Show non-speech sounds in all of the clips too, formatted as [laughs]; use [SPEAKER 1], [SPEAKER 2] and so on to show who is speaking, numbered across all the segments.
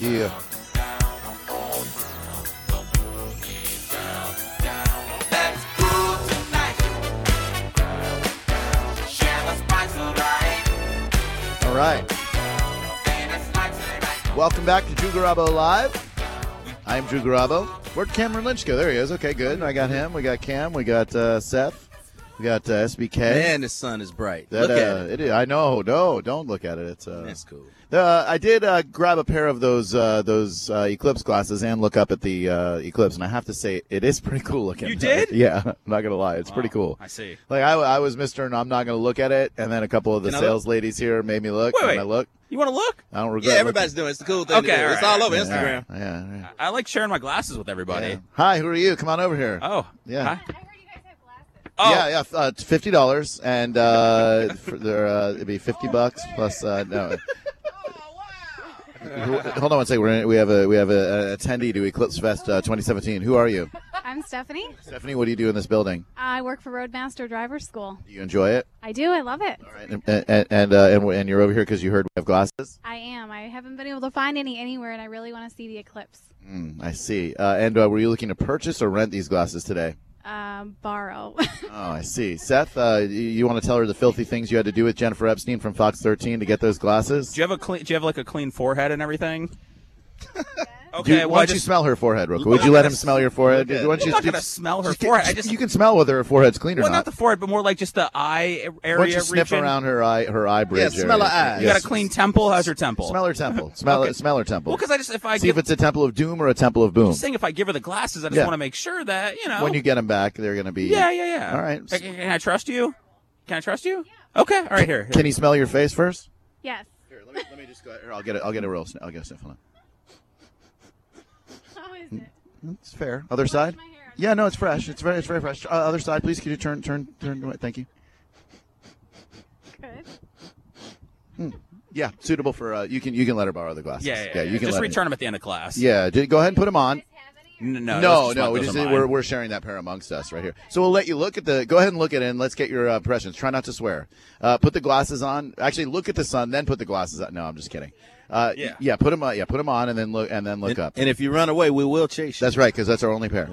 [SPEAKER 1] Yeah. All right. Welcome back to Drew Garabo Live. I'm Drew Garabo. Where'd Cameron Lynch go? There he is. Okay, good. I got him. We got Cam. We got uh, Seth. We got uh, SBK.
[SPEAKER 2] Man, the sun is bright.
[SPEAKER 1] That,
[SPEAKER 2] Look at
[SPEAKER 1] uh,
[SPEAKER 2] it.
[SPEAKER 1] it is, I know. No, don't look at it. It's uh,
[SPEAKER 2] That's cool.
[SPEAKER 1] Uh, I did uh, grab a pair of those uh, those uh, eclipse glasses and look up at the uh, eclipse, and I have to say it is [laughs] pretty cool looking.
[SPEAKER 3] You did?
[SPEAKER 1] [laughs] yeah, I'm not gonna lie, it's pretty
[SPEAKER 3] Wow,
[SPEAKER 1] cool.
[SPEAKER 3] I see.
[SPEAKER 1] Like I, I was Mister, and I'm not gonna look at it, and then a couple of the
[SPEAKER 2] Can I look?
[SPEAKER 1] sales ladies here made me look,
[SPEAKER 3] Wait,
[SPEAKER 1] and
[SPEAKER 3] wait.
[SPEAKER 1] I look.
[SPEAKER 3] You want to look?
[SPEAKER 1] I don't regret.
[SPEAKER 2] Yeah,
[SPEAKER 1] looking.
[SPEAKER 2] everybody's doing it. It's a cool thing
[SPEAKER 3] Okay,
[SPEAKER 2] to do.
[SPEAKER 3] all
[SPEAKER 2] It's
[SPEAKER 3] right.
[SPEAKER 2] all over
[SPEAKER 1] Yeah,
[SPEAKER 2] Instagram.
[SPEAKER 1] Yeah, yeah.
[SPEAKER 3] I like sharing my glasses with everybody.
[SPEAKER 1] Yeah. Hi, who are you? Come on over here.
[SPEAKER 3] Oh,
[SPEAKER 1] Yeah.
[SPEAKER 3] Hi.
[SPEAKER 4] I heard you guys have glasses.
[SPEAKER 3] Oh,
[SPEAKER 1] Yeah, yeah, f- uh, it's fifty dollars, and uh, for there, uh, it'd be fifty bucks plus. Uh, no,
[SPEAKER 4] Oh, wow.
[SPEAKER 1] hold on one second. We're in, we have a we have a, a attendee to Eclipse Fest uh, 2017. Who are you,
[SPEAKER 4] I'm Stephanie.
[SPEAKER 1] Stephanie? What do you do in this building?
[SPEAKER 4] I work for Roadmaster Driver School.
[SPEAKER 1] Do you enjoy it?
[SPEAKER 4] I do. I love it.
[SPEAKER 1] All right, and and and, uh, and, we're- and you're over here because you heard we have glasses.
[SPEAKER 4] I am. I haven't been able to find any anywhere, and I really want to see the eclipse.
[SPEAKER 1] Mm, I see. Uh, and uh, were you looking to purchase or rent these glasses today?
[SPEAKER 4] Um, borrow. [laughs]
[SPEAKER 1] Oh, I see. Seth, uh, you, you want to tell her the filthy things you had to do with Jennifer Epstein from Fox 13 to get those glasses?
[SPEAKER 3] do you have a clean? Do you have like a clean forehead and everything?
[SPEAKER 1] [laughs] Do you-
[SPEAKER 3] okay.
[SPEAKER 1] why
[SPEAKER 3] Well, I
[SPEAKER 1] don't you
[SPEAKER 3] just,
[SPEAKER 1] smell her forehead, real quick? Would you let him smell your forehead?
[SPEAKER 2] Look at-
[SPEAKER 1] Why don't
[SPEAKER 3] I'm
[SPEAKER 1] you
[SPEAKER 3] not
[SPEAKER 1] just-
[SPEAKER 3] gonna smell her
[SPEAKER 1] just-
[SPEAKER 3] forehead. I just
[SPEAKER 1] you can smell whether her forehead's clean or
[SPEAKER 3] well,
[SPEAKER 1] not.
[SPEAKER 3] not the forehead, but more like just the eye area
[SPEAKER 1] Why don't you sniff
[SPEAKER 3] region.
[SPEAKER 1] around her eye, her eye bridge?
[SPEAKER 2] Yeah, smell
[SPEAKER 1] area.
[SPEAKER 2] her eyes.
[SPEAKER 3] You
[SPEAKER 2] Yes.
[SPEAKER 3] got a clean temple. How's your temple?
[SPEAKER 1] Smell her temple. Smell
[SPEAKER 3] Okay.
[SPEAKER 1] smell her temple.
[SPEAKER 3] well, because I just if I
[SPEAKER 1] See
[SPEAKER 3] give,
[SPEAKER 1] if it's a temple of doom or a temple of boom.
[SPEAKER 3] just saying if I give her the glasses, I just
[SPEAKER 1] Yeah.
[SPEAKER 3] want to make sure that you know.
[SPEAKER 1] When you get them back, they're gonna be.
[SPEAKER 3] yeah, yeah, yeah.
[SPEAKER 1] All right.
[SPEAKER 3] Uh, Can, can I trust you? Can I trust you? Okay. All right. Here. here.
[SPEAKER 1] Can you smell your face first?
[SPEAKER 4] yes.
[SPEAKER 1] Here, let me, let me just go. Here, I'll get it. I'll get a real. Sniff. I'll get a sniff on
[SPEAKER 4] How is it?
[SPEAKER 1] it. It's fair. Other side.
[SPEAKER 4] my hair.
[SPEAKER 1] Yeah, no, it's fresh. It's very, it's very fresh. Uh, other side, please. Could you turn, turn, turn? away? Thank you.
[SPEAKER 4] Good.
[SPEAKER 1] Yeah, suitable for. Uh, you can, you can let her borrow the glasses.
[SPEAKER 3] yeah, yeah, yeah.
[SPEAKER 1] you can
[SPEAKER 3] just
[SPEAKER 1] let
[SPEAKER 3] return them at the end of class.
[SPEAKER 1] Her. Yeah, ju- go ahead and put them on.
[SPEAKER 4] You guys have any?
[SPEAKER 3] N- No. those
[SPEAKER 1] no,
[SPEAKER 3] just
[SPEAKER 1] no,
[SPEAKER 3] want-
[SPEAKER 1] we
[SPEAKER 3] those
[SPEAKER 1] just
[SPEAKER 3] are mine.
[SPEAKER 1] we're, we're sharing that pair amongst us right here. So we'll let you look at the. Go ahead and look at it, and let's get your uh, impressions. Try not to swear. Uh, put the glasses on. Actually, look at the sun, then put the glasses on. No, I'm just kidding. Uh,
[SPEAKER 3] Yeah.
[SPEAKER 1] yeah, yeah, put them on. Yeah, put them on, and then look, and then look
[SPEAKER 2] And,
[SPEAKER 1] up.
[SPEAKER 2] and if you run away, we will chase you.
[SPEAKER 1] that's right, because that's our only pair.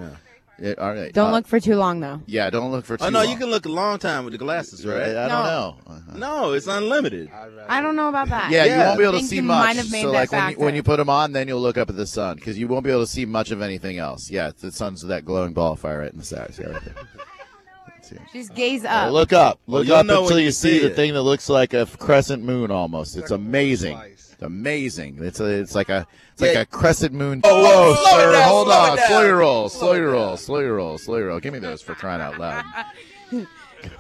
[SPEAKER 1] Yeah, all right.
[SPEAKER 5] Don't
[SPEAKER 1] Uh,
[SPEAKER 5] look for too long though.
[SPEAKER 1] Yeah, don't look for. Too
[SPEAKER 2] oh no, you
[SPEAKER 1] long.
[SPEAKER 2] can look a long time with the glasses,
[SPEAKER 1] Right,
[SPEAKER 2] right?
[SPEAKER 1] I
[SPEAKER 5] No.
[SPEAKER 1] don't know. Uh-huh.
[SPEAKER 2] No, it's unlimited.
[SPEAKER 5] I don't know about that.
[SPEAKER 1] Yeah, you
[SPEAKER 2] Yeah.
[SPEAKER 1] won't be able
[SPEAKER 5] I
[SPEAKER 1] to
[SPEAKER 5] think
[SPEAKER 1] see
[SPEAKER 5] you
[SPEAKER 1] much.
[SPEAKER 5] might have made
[SPEAKER 1] so,
[SPEAKER 5] that
[SPEAKER 1] like when you,
[SPEAKER 5] back
[SPEAKER 1] when
[SPEAKER 5] then.
[SPEAKER 1] you put them on, then you'll look up at the sun because you won't be able to see much of anything else. Yeah, the sun's that glowing ball of fire right in the side. Yeah, right there.
[SPEAKER 5] Just gaze
[SPEAKER 1] Uh,
[SPEAKER 5] up.
[SPEAKER 1] look up.
[SPEAKER 2] Well,
[SPEAKER 1] Look
[SPEAKER 2] you'll
[SPEAKER 1] up
[SPEAKER 2] know
[SPEAKER 1] until
[SPEAKER 2] when
[SPEAKER 1] you
[SPEAKER 2] you
[SPEAKER 1] see
[SPEAKER 2] see
[SPEAKER 1] the
[SPEAKER 2] it.
[SPEAKER 1] thing that looks like a crescent moon almost. It's amazing. It's amazing. It's a, it's like a it's like
[SPEAKER 2] Yeah. Oh,
[SPEAKER 1] a crescent moon.
[SPEAKER 2] whoa,
[SPEAKER 1] whoa,
[SPEAKER 2] slow it
[SPEAKER 1] sir.
[SPEAKER 2] down,
[SPEAKER 1] Hold
[SPEAKER 2] slow
[SPEAKER 1] on.
[SPEAKER 2] it down.
[SPEAKER 1] Slow your roll. Slow
[SPEAKER 2] Slow it
[SPEAKER 1] your roll.
[SPEAKER 2] down.
[SPEAKER 1] Slow your roll. Slow your roll. Give me those for crying out
[SPEAKER 2] [laughs]
[SPEAKER 1] loud.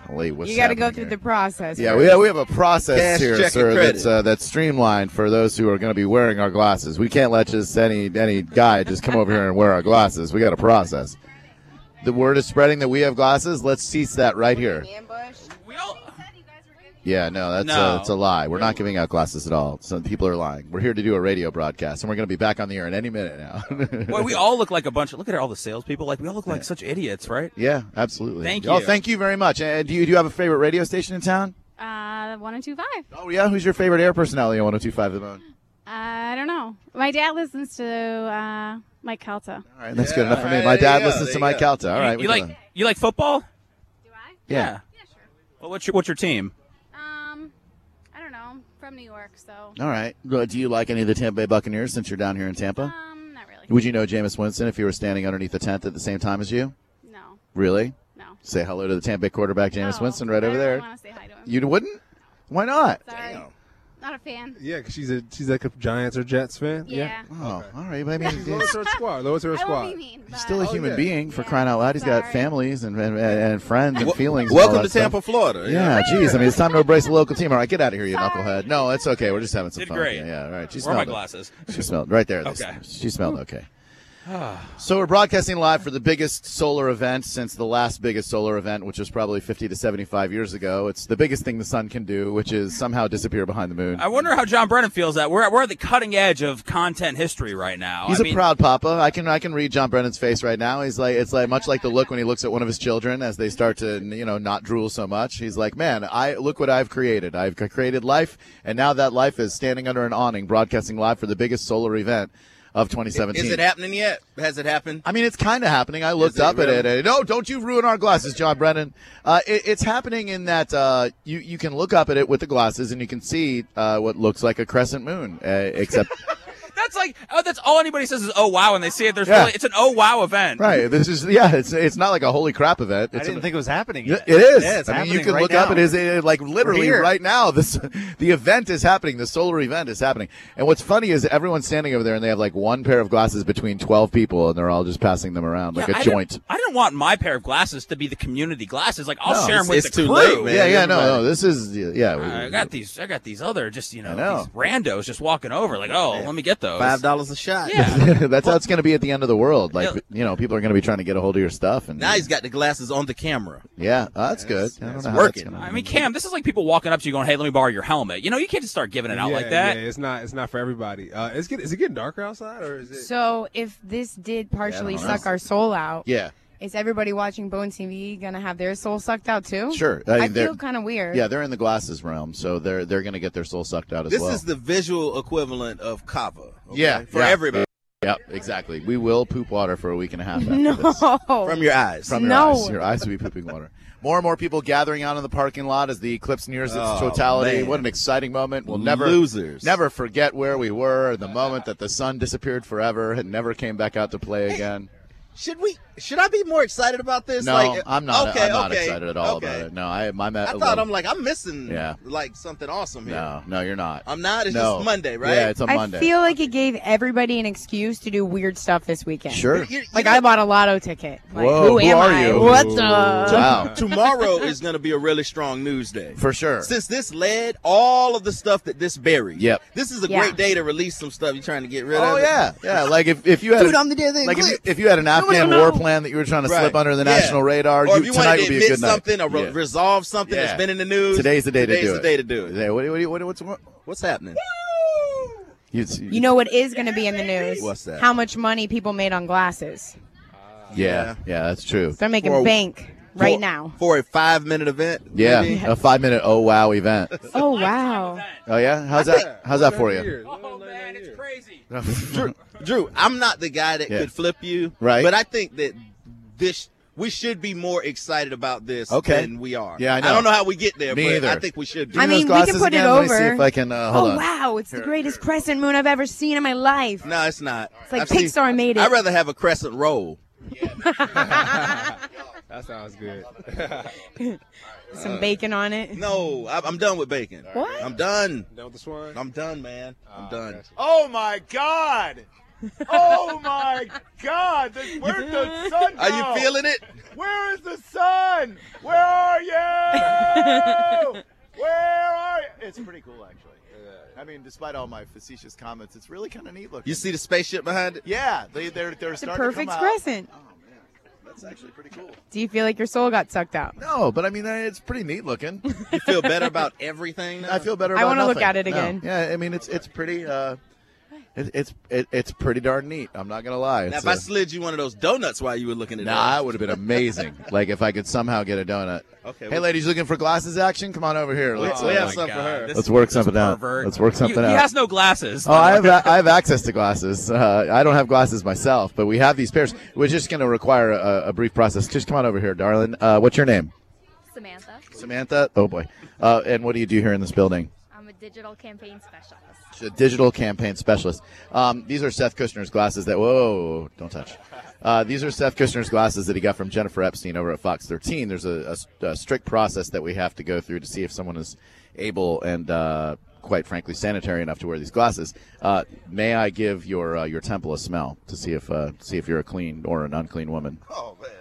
[SPEAKER 1] Golly, what's
[SPEAKER 5] you got to go
[SPEAKER 1] happening
[SPEAKER 5] through
[SPEAKER 1] here?
[SPEAKER 5] the process.
[SPEAKER 1] Yeah,
[SPEAKER 5] first.
[SPEAKER 1] we have, we have a process
[SPEAKER 2] Cash, check,
[SPEAKER 1] here,
[SPEAKER 2] and
[SPEAKER 1] sir,
[SPEAKER 2] credit.
[SPEAKER 1] that's uh, that's streamlined for those who are going to be wearing our glasses. We can't let just any any guy just come over here and wear our glasses. We got a process. The word is spreading that we have glasses. Let's cease that right here.
[SPEAKER 5] ambush.
[SPEAKER 3] We all.
[SPEAKER 1] Yeah, no, that's
[SPEAKER 3] No.
[SPEAKER 1] A, that's a lie. We're not giving out glasses at all. Some people are lying. We're here to do a radio broadcast, and we're going to be back on the air in any minute now. [laughs]
[SPEAKER 3] Well, we all look like a bunch of. Look at all the salespeople. Like we all look like such idiots, right?
[SPEAKER 1] yeah, absolutely.
[SPEAKER 3] Thank
[SPEAKER 1] Oh,
[SPEAKER 3] you.
[SPEAKER 1] thank you very much. And do you do you have a favorite radio station in town?
[SPEAKER 4] Uh, one and two five.
[SPEAKER 1] Oh yeah, who's your favorite air personality on 102.5 The Bone?
[SPEAKER 4] I don't know. My dad listens to uh, Mike Calta.
[SPEAKER 1] All right, that's
[SPEAKER 2] Yeah,
[SPEAKER 1] good enough for me.
[SPEAKER 2] right,
[SPEAKER 1] My
[SPEAKER 2] there
[SPEAKER 1] dad
[SPEAKER 2] you go,
[SPEAKER 1] listens
[SPEAKER 2] there
[SPEAKER 1] to
[SPEAKER 2] you
[SPEAKER 1] my
[SPEAKER 2] go.
[SPEAKER 1] Calta. All right,
[SPEAKER 3] You,
[SPEAKER 1] we
[SPEAKER 3] you
[SPEAKER 1] can-
[SPEAKER 3] like you like football?
[SPEAKER 4] Do I?
[SPEAKER 1] Yeah.
[SPEAKER 4] Yeah, sure.
[SPEAKER 3] Well, what's your, what's your team?
[SPEAKER 4] Um, I don't know. I'm from New York, so
[SPEAKER 1] All right. Well, Do you like any of the Tampa Bay Buccaneers since you're down here in Tampa?
[SPEAKER 4] um, not really.
[SPEAKER 1] Would you know Jameis Winston if you were standing underneath the tent at the same time as you?
[SPEAKER 4] No,
[SPEAKER 1] Really?
[SPEAKER 4] no.
[SPEAKER 1] Say hello to the Tampa Bay quarterback, Jameis
[SPEAKER 4] No.
[SPEAKER 1] Winston, right
[SPEAKER 4] Oh, I
[SPEAKER 1] over
[SPEAKER 4] really
[SPEAKER 1] there.
[SPEAKER 4] wanna say hi to him.
[SPEAKER 1] You wouldn't? Why not?
[SPEAKER 4] Sorry. Not a fan.
[SPEAKER 6] Yeah, 'cause she's a she's like a Giants or Jets fan.
[SPEAKER 4] Yeah.
[SPEAKER 1] Oh, all right. But I mean, he's-
[SPEAKER 6] She's lowest her squad. Lowest her
[SPEAKER 4] I
[SPEAKER 6] squad.
[SPEAKER 4] won't be mean.
[SPEAKER 1] he's
[SPEAKER 4] but-
[SPEAKER 1] still a
[SPEAKER 6] Oh,
[SPEAKER 1] human
[SPEAKER 6] yeah.
[SPEAKER 1] being for
[SPEAKER 4] Yeah.
[SPEAKER 1] crying out loud. He's got
[SPEAKER 4] Sorry.
[SPEAKER 1] families and and, and friends and
[SPEAKER 2] Wel-
[SPEAKER 1] feelings. and all
[SPEAKER 2] Welcome
[SPEAKER 1] that
[SPEAKER 2] to
[SPEAKER 1] stuff.
[SPEAKER 2] Tampa, Florida.
[SPEAKER 1] Yeah, geez. I mean, it's time to embrace the local team. All right, get out of here, you knucklehead. No, it's okay. We're just having some
[SPEAKER 3] Did
[SPEAKER 1] fun.
[SPEAKER 3] great.
[SPEAKER 1] Yeah, all right. She
[SPEAKER 3] Where are my
[SPEAKER 1] smelled it.
[SPEAKER 3] glasses?
[SPEAKER 1] She smelled right there. They
[SPEAKER 3] Okay. [sighs]
[SPEAKER 1] sm- She smelled okay. So we're broadcasting live for the biggest solar event since the last biggest solar event, which was probably 50 to 75 years ago. It's the biggest thing the sun can do, which is somehow disappear behind the moon.
[SPEAKER 7] I wonder how John Brennan feels that we're we're at the cutting edge of content history right now.
[SPEAKER 1] He's a
[SPEAKER 7] I mean,
[SPEAKER 1] proud papa. I can I can read John Brennan's face right now. He's like it's like much like the look when he looks at one of his children as they start to you know not drool so much. He's like, man, I look what I've created. I've created life, and now that life is standing under an awning, broadcasting live for the biggest solar event of 2017.
[SPEAKER 2] Is it happening yet? Has it happened?
[SPEAKER 1] I mean, it's kind of happening. I looked
[SPEAKER 2] it
[SPEAKER 1] up at it.
[SPEAKER 2] really?
[SPEAKER 1] And, no, don't you ruin our glasses, John Brennan. Uh, it, it's happening in that uh, you you can look up at it with the glasses and you can see uh, what looks like a crescent moon, uh, except.
[SPEAKER 7] that's like oh, that's all anybody says is oh wow, and they see it. There's
[SPEAKER 1] Yeah.
[SPEAKER 7] really it's an oh wow event.
[SPEAKER 1] Right. This is yeah. It's it's not like a holy crap event.
[SPEAKER 8] I
[SPEAKER 1] It's
[SPEAKER 8] didn't
[SPEAKER 1] an-
[SPEAKER 8] think it was happening.
[SPEAKER 1] Yeah,
[SPEAKER 8] yet.
[SPEAKER 1] it is.
[SPEAKER 8] Yeah, it's
[SPEAKER 1] I mean, you
[SPEAKER 8] happening
[SPEAKER 1] can
[SPEAKER 8] right
[SPEAKER 1] look up.
[SPEAKER 8] now.
[SPEAKER 1] It is it, like literally
[SPEAKER 8] here.
[SPEAKER 1] right now. This the event is happening. The solar event is happening. And what's funny is everyone's standing over there and they have like one pair of glasses between twelve people and they're all just passing them around like
[SPEAKER 7] Yeah,
[SPEAKER 1] a
[SPEAKER 7] I
[SPEAKER 1] joint.
[SPEAKER 7] Didn't, I didn't want my pair of glasses to be the community glasses. Like I'll
[SPEAKER 1] No,
[SPEAKER 7] share them
[SPEAKER 2] it's-
[SPEAKER 7] with
[SPEAKER 2] it's
[SPEAKER 7] the
[SPEAKER 2] too
[SPEAKER 7] crew.
[SPEAKER 2] late, man.
[SPEAKER 1] yeah, yeah, no,
[SPEAKER 2] everybody-
[SPEAKER 1] no. This is yeah. we-
[SPEAKER 7] I got these. I got these other just you know,
[SPEAKER 1] know.
[SPEAKER 7] these randos just walking over. Like oh, let me get those.
[SPEAKER 2] Five dollars a shot.
[SPEAKER 7] Yeah.
[SPEAKER 1] [laughs] That's how it's going to be at the end of the world. Like
[SPEAKER 7] Yeah.
[SPEAKER 1] you know, people are going to be trying to get a hold of your stuff, and
[SPEAKER 2] Now he's got the glasses on the camera.
[SPEAKER 1] yeah, oh, that's good. I don't
[SPEAKER 2] that's
[SPEAKER 1] know how that's
[SPEAKER 2] working.
[SPEAKER 1] gonna-
[SPEAKER 7] I mean, Cam, this is like people walking up to you going, "Hey, let me borrow your helmet." You know, you can't just start giving it out
[SPEAKER 6] yeah,
[SPEAKER 7] like that.
[SPEAKER 6] Yeah, it's not. It's not for everybody. Uh, it's get, is it getting darker outside or is it?
[SPEAKER 5] So if this did partially
[SPEAKER 1] know.
[SPEAKER 5] suck our soul out,
[SPEAKER 1] yeah,
[SPEAKER 5] is everybody watching Bone TV gonna have their soul sucked out too?
[SPEAKER 1] sure.
[SPEAKER 5] I,
[SPEAKER 1] mean, they're-
[SPEAKER 5] feel kind of weird.
[SPEAKER 1] yeah, they're in the glasses realm, so they're they're going to get their soul sucked out as
[SPEAKER 2] This
[SPEAKER 1] well.
[SPEAKER 2] is the visual equivalent of kava. okay?
[SPEAKER 1] Yeah,
[SPEAKER 2] for
[SPEAKER 1] yeah.
[SPEAKER 2] everybody
[SPEAKER 1] Yep, exactly. We will poop water for a week and a half. After
[SPEAKER 5] [laughs] No.
[SPEAKER 1] this.
[SPEAKER 2] from your eyes.
[SPEAKER 5] [laughs]
[SPEAKER 1] From your
[SPEAKER 5] No.
[SPEAKER 1] eyes. Your eyes will be pooping water. More and more people gathering out in the parking lot as the eclipse nears its
[SPEAKER 2] Oh,
[SPEAKER 1] totality.
[SPEAKER 2] man.
[SPEAKER 1] What an exciting moment. We'll never
[SPEAKER 2] losers.
[SPEAKER 1] never forget where we were, the moment that the sun disappeared forever and never came back out to play
[SPEAKER 2] [laughs]
[SPEAKER 1] again.
[SPEAKER 2] Should we? Should I be more excited about this?
[SPEAKER 1] no,
[SPEAKER 2] like,
[SPEAKER 1] I'm not
[SPEAKER 2] Okay,
[SPEAKER 1] I'm not
[SPEAKER 2] okay,
[SPEAKER 1] excited at all
[SPEAKER 2] okay.
[SPEAKER 1] about it. No, I my
[SPEAKER 2] I thought I'm like I'm missing
[SPEAKER 1] Yeah.
[SPEAKER 2] like something awesome here.
[SPEAKER 1] No, no, you're not.
[SPEAKER 2] I'm not. It's
[SPEAKER 1] no.
[SPEAKER 2] just Monday, right?
[SPEAKER 1] Yeah, it's a
[SPEAKER 5] I
[SPEAKER 1] Monday.
[SPEAKER 5] feel like it gave everybody an excuse to do weird stuff this weekend.
[SPEAKER 1] sure.
[SPEAKER 2] You- you
[SPEAKER 5] Like
[SPEAKER 2] know,
[SPEAKER 5] I bought a lotto ticket. Like,
[SPEAKER 1] Whoa,
[SPEAKER 5] who,
[SPEAKER 1] who
[SPEAKER 5] am
[SPEAKER 1] are
[SPEAKER 5] I?
[SPEAKER 1] you?
[SPEAKER 5] What's
[SPEAKER 6] Ooh.
[SPEAKER 5] up?
[SPEAKER 1] Wow.
[SPEAKER 2] [laughs] tomorrow is going to be a really strong news day.
[SPEAKER 1] For sure.
[SPEAKER 2] Since this led all of the stuff that this buried.
[SPEAKER 1] Yep.
[SPEAKER 2] This is a
[SPEAKER 5] Yeah.
[SPEAKER 2] great day to release some stuff you're trying to get rid of.
[SPEAKER 1] Oh
[SPEAKER 2] it.
[SPEAKER 1] yeah, yeah. Like if, if you had
[SPEAKER 2] Dude,
[SPEAKER 1] a-
[SPEAKER 2] I'm the damn thing.
[SPEAKER 1] like if you,
[SPEAKER 2] Click.
[SPEAKER 1] if you had an
[SPEAKER 5] Nobody
[SPEAKER 1] Afghan
[SPEAKER 5] will
[SPEAKER 1] war
[SPEAKER 5] know.
[SPEAKER 1] plan that you were trying to slip
[SPEAKER 2] Right.
[SPEAKER 1] under the
[SPEAKER 2] Yeah.
[SPEAKER 1] national radar,
[SPEAKER 2] Or
[SPEAKER 1] you,
[SPEAKER 2] if you
[SPEAKER 1] tonight
[SPEAKER 2] wanted to
[SPEAKER 1] would be a
[SPEAKER 2] admit
[SPEAKER 1] good night.
[SPEAKER 2] something or re-
[SPEAKER 1] Yeah.
[SPEAKER 2] resolve something
[SPEAKER 1] Yeah.
[SPEAKER 2] that's been in the news.
[SPEAKER 1] Today's the day to
[SPEAKER 2] Today's
[SPEAKER 1] do
[SPEAKER 2] the
[SPEAKER 1] it.
[SPEAKER 2] day to do it.
[SPEAKER 1] Yeah, What, what, what, what's what?
[SPEAKER 2] What's happening?
[SPEAKER 1] You,
[SPEAKER 5] You know what is going to be in the news?
[SPEAKER 2] What's that?
[SPEAKER 5] How much money people made on glasses.
[SPEAKER 1] yeah, yeah, that's true.
[SPEAKER 5] They're making
[SPEAKER 2] For-
[SPEAKER 5] bank right
[SPEAKER 2] For-
[SPEAKER 5] now.
[SPEAKER 2] For a five minute event.
[SPEAKER 1] [laughs] Yeah,
[SPEAKER 2] maybe?
[SPEAKER 1] a five minute oh wow event.
[SPEAKER 5] Oh wow.
[SPEAKER 1] Oh yeah, how's that? How's that for you?
[SPEAKER 7] Oh man, it's crazy.
[SPEAKER 1] [laughs]
[SPEAKER 2] Drew, Drew, I'm not the guy that
[SPEAKER 1] Yeah.
[SPEAKER 2] could flip you,
[SPEAKER 1] Right.
[SPEAKER 2] But I think that this we should be more excited about this
[SPEAKER 1] Okay.
[SPEAKER 2] than we are.
[SPEAKER 1] Yeah, I know.
[SPEAKER 2] don't know how we get there,
[SPEAKER 1] Me
[SPEAKER 2] but
[SPEAKER 1] either.
[SPEAKER 2] I think we should be.
[SPEAKER 5] I
[SPEAKER 1] Give me
[SPEAKER 5] mean,
[SPEAKER 1] those
[SPEAKER 5] we can
[SPEAKER 1] glasses
[SPEAKER 5] put it
[SPEAKER 1] again. Let me see
[SPEAKER 5] over.
[SPEAKER 1] if I can uh, hold
[SPEAKER 5] Oh
[SPEAKER 1] on.
[SPEAKER 5] wow, it's the greatest crescent moon I've ever seen in my life.
[SPEAKER 2] no, it's not. It's
[SPEAKER 5] like Pixar made it.
[SPEAKER 2] I'd rather have a crescent roll.
[SPEAKER 6] That sounds good.
[SPEAKER 5] Some bacon on it.
[SPEAKER 2] No, I, I'm done with bacon.
[SPEAKER 5] What?
[SPEAKER 2] I'm done.
[SPEAKER 6] Done with the swan.
[SPEAKER 2] I'm done, man. I'm done.
[SPEAKER 6] gotcha.
[SPEAKER 8] Oh my
[SPEAKER 7] [laughs]
[SPEAKER 8] god! Oh my god! The- Where's the sun?
[SPEAKER 2] Are
[SPEAKER 8] go?
[SPEAKER 1] Oh.
[SPEAKER 2] you feeling it?
[SPEAKER 8] Where is the sun? Where are
[SPEAKER 5] [laughs]
[SPEAKER 8] you? Where are you? It's pretty cool, actually.
[SPEAKER 1] I mean, despite all my facetious comments, it's really kind of neat looking.
[SPEAKER 2] You see the spaceship behind it?
[SPEAKER 1] yeah, they, they're they're
[SPEAKER 5] It's a perfect crescent.
[SPEAKER 1] Oh, That's actually pretty cool.
[SPEAKER 5] Do you feel like your soul got sucked out?
[SPEAKER 1] No, but I mean, uh, it's pretty neat looking.
[SPEAKER 2] You feel
[SPEAKER 1] [laughs]
[SPEAKER 2] better about everything? Now?
[SPEAKER 1] I feel better.
[SPEAKER 5] [laughs] I
[SPEAKER 1] About
[SPEAKER 5] wanna look
[SPEAKER 1] nothing.
[SPEAKER 5] at it
[SPEAKER 1] No.
[SPEAKER 5] again.
[SPEAKER 1] Yeah, I mean, it's it's pretty. Uh, it, it's it, it's pretty darn neat. I'm not gonna lie.
[SPEAKER 2] Now,
[SPEAKER 1] It's
[SPEAKER 2] if I
[SPEAKER 1] a-
[SPEAKER 2] slid you one of those donuts while you were looking at
[SPEAKER 1] Nah,
[SPEAKER 2] it,
[SPEAKER 1] it would have been
[SPEAKER 2] [laughs]
[SPEAKER 1] amazing. like if I could somehow get a donut.
[SPEAKER 2] Okay,
[SPEAKER 1] Hey,
[SPEAKER 2] we-
[SPEAKER 1] ladies, looking for glasses action? Come on over here.
[SPEAKER 2] we,
[SPEAKER 1] Let's,
[SPEAKER 2] we
[SPEAKER 1] uh,
[SPEAKER 2] have
[SPEAKER 7] my
[SPEAKER 2] something for
[SPEAKER 7] God.
[SPEAKER 2] her.
[SPEAKER 7] This-
[SPEAKER 1] let's work
[SPEAKER 7] this
[SPEAKER 1] something out.
[SPEAKER 7] pervert.
[SPEAKER 1] Let's work
[SPEAKER 7] You-
[SPEAKER 1] something
[SPEAKER 7] He
[SPEAKER 1] out.
[SPEAKER 7] has no glasses.
[SPEAKER 1] Oh, I have
[SPEAKER 7] [laughs]
[SPEAKER 1] I have access to glasses. Uh, I don't have glasses myself, but we have these pairs. We're just going to require a, a brief process. Just come on over here, darling. Uh, what's your name?
[SPEAKER 9] Samantha.
[SPEAKER 1] Samantha. Oh boy. Uh, and what do you do here in this building?
[SPEAKER 9] I'm a digital campaign specialist.
[SPEAKER 1] a digital campaign specialist. Um, these are Seth Kushner's glasses that, whoa, don't touch. Uh, these are Seth Kushner's glasses that he got from Jennifer Epstein over at Fox 13. There's a, a- a strict process that we have to go through to see if someone is able and, uh, quite frankly, sanitary enough to wear these glasses. Uh, may I give your uh, your temple a smell to see if uh, see if you're a clean or an unclean woman?
[SPEAKER 2] Oh man.